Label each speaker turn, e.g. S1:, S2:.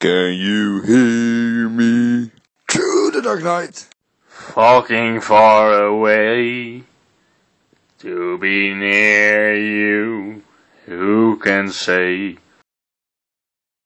S1: Can you hear me?
S2: Through the dark night.
S3: Fucking far away. To be near you, who can say?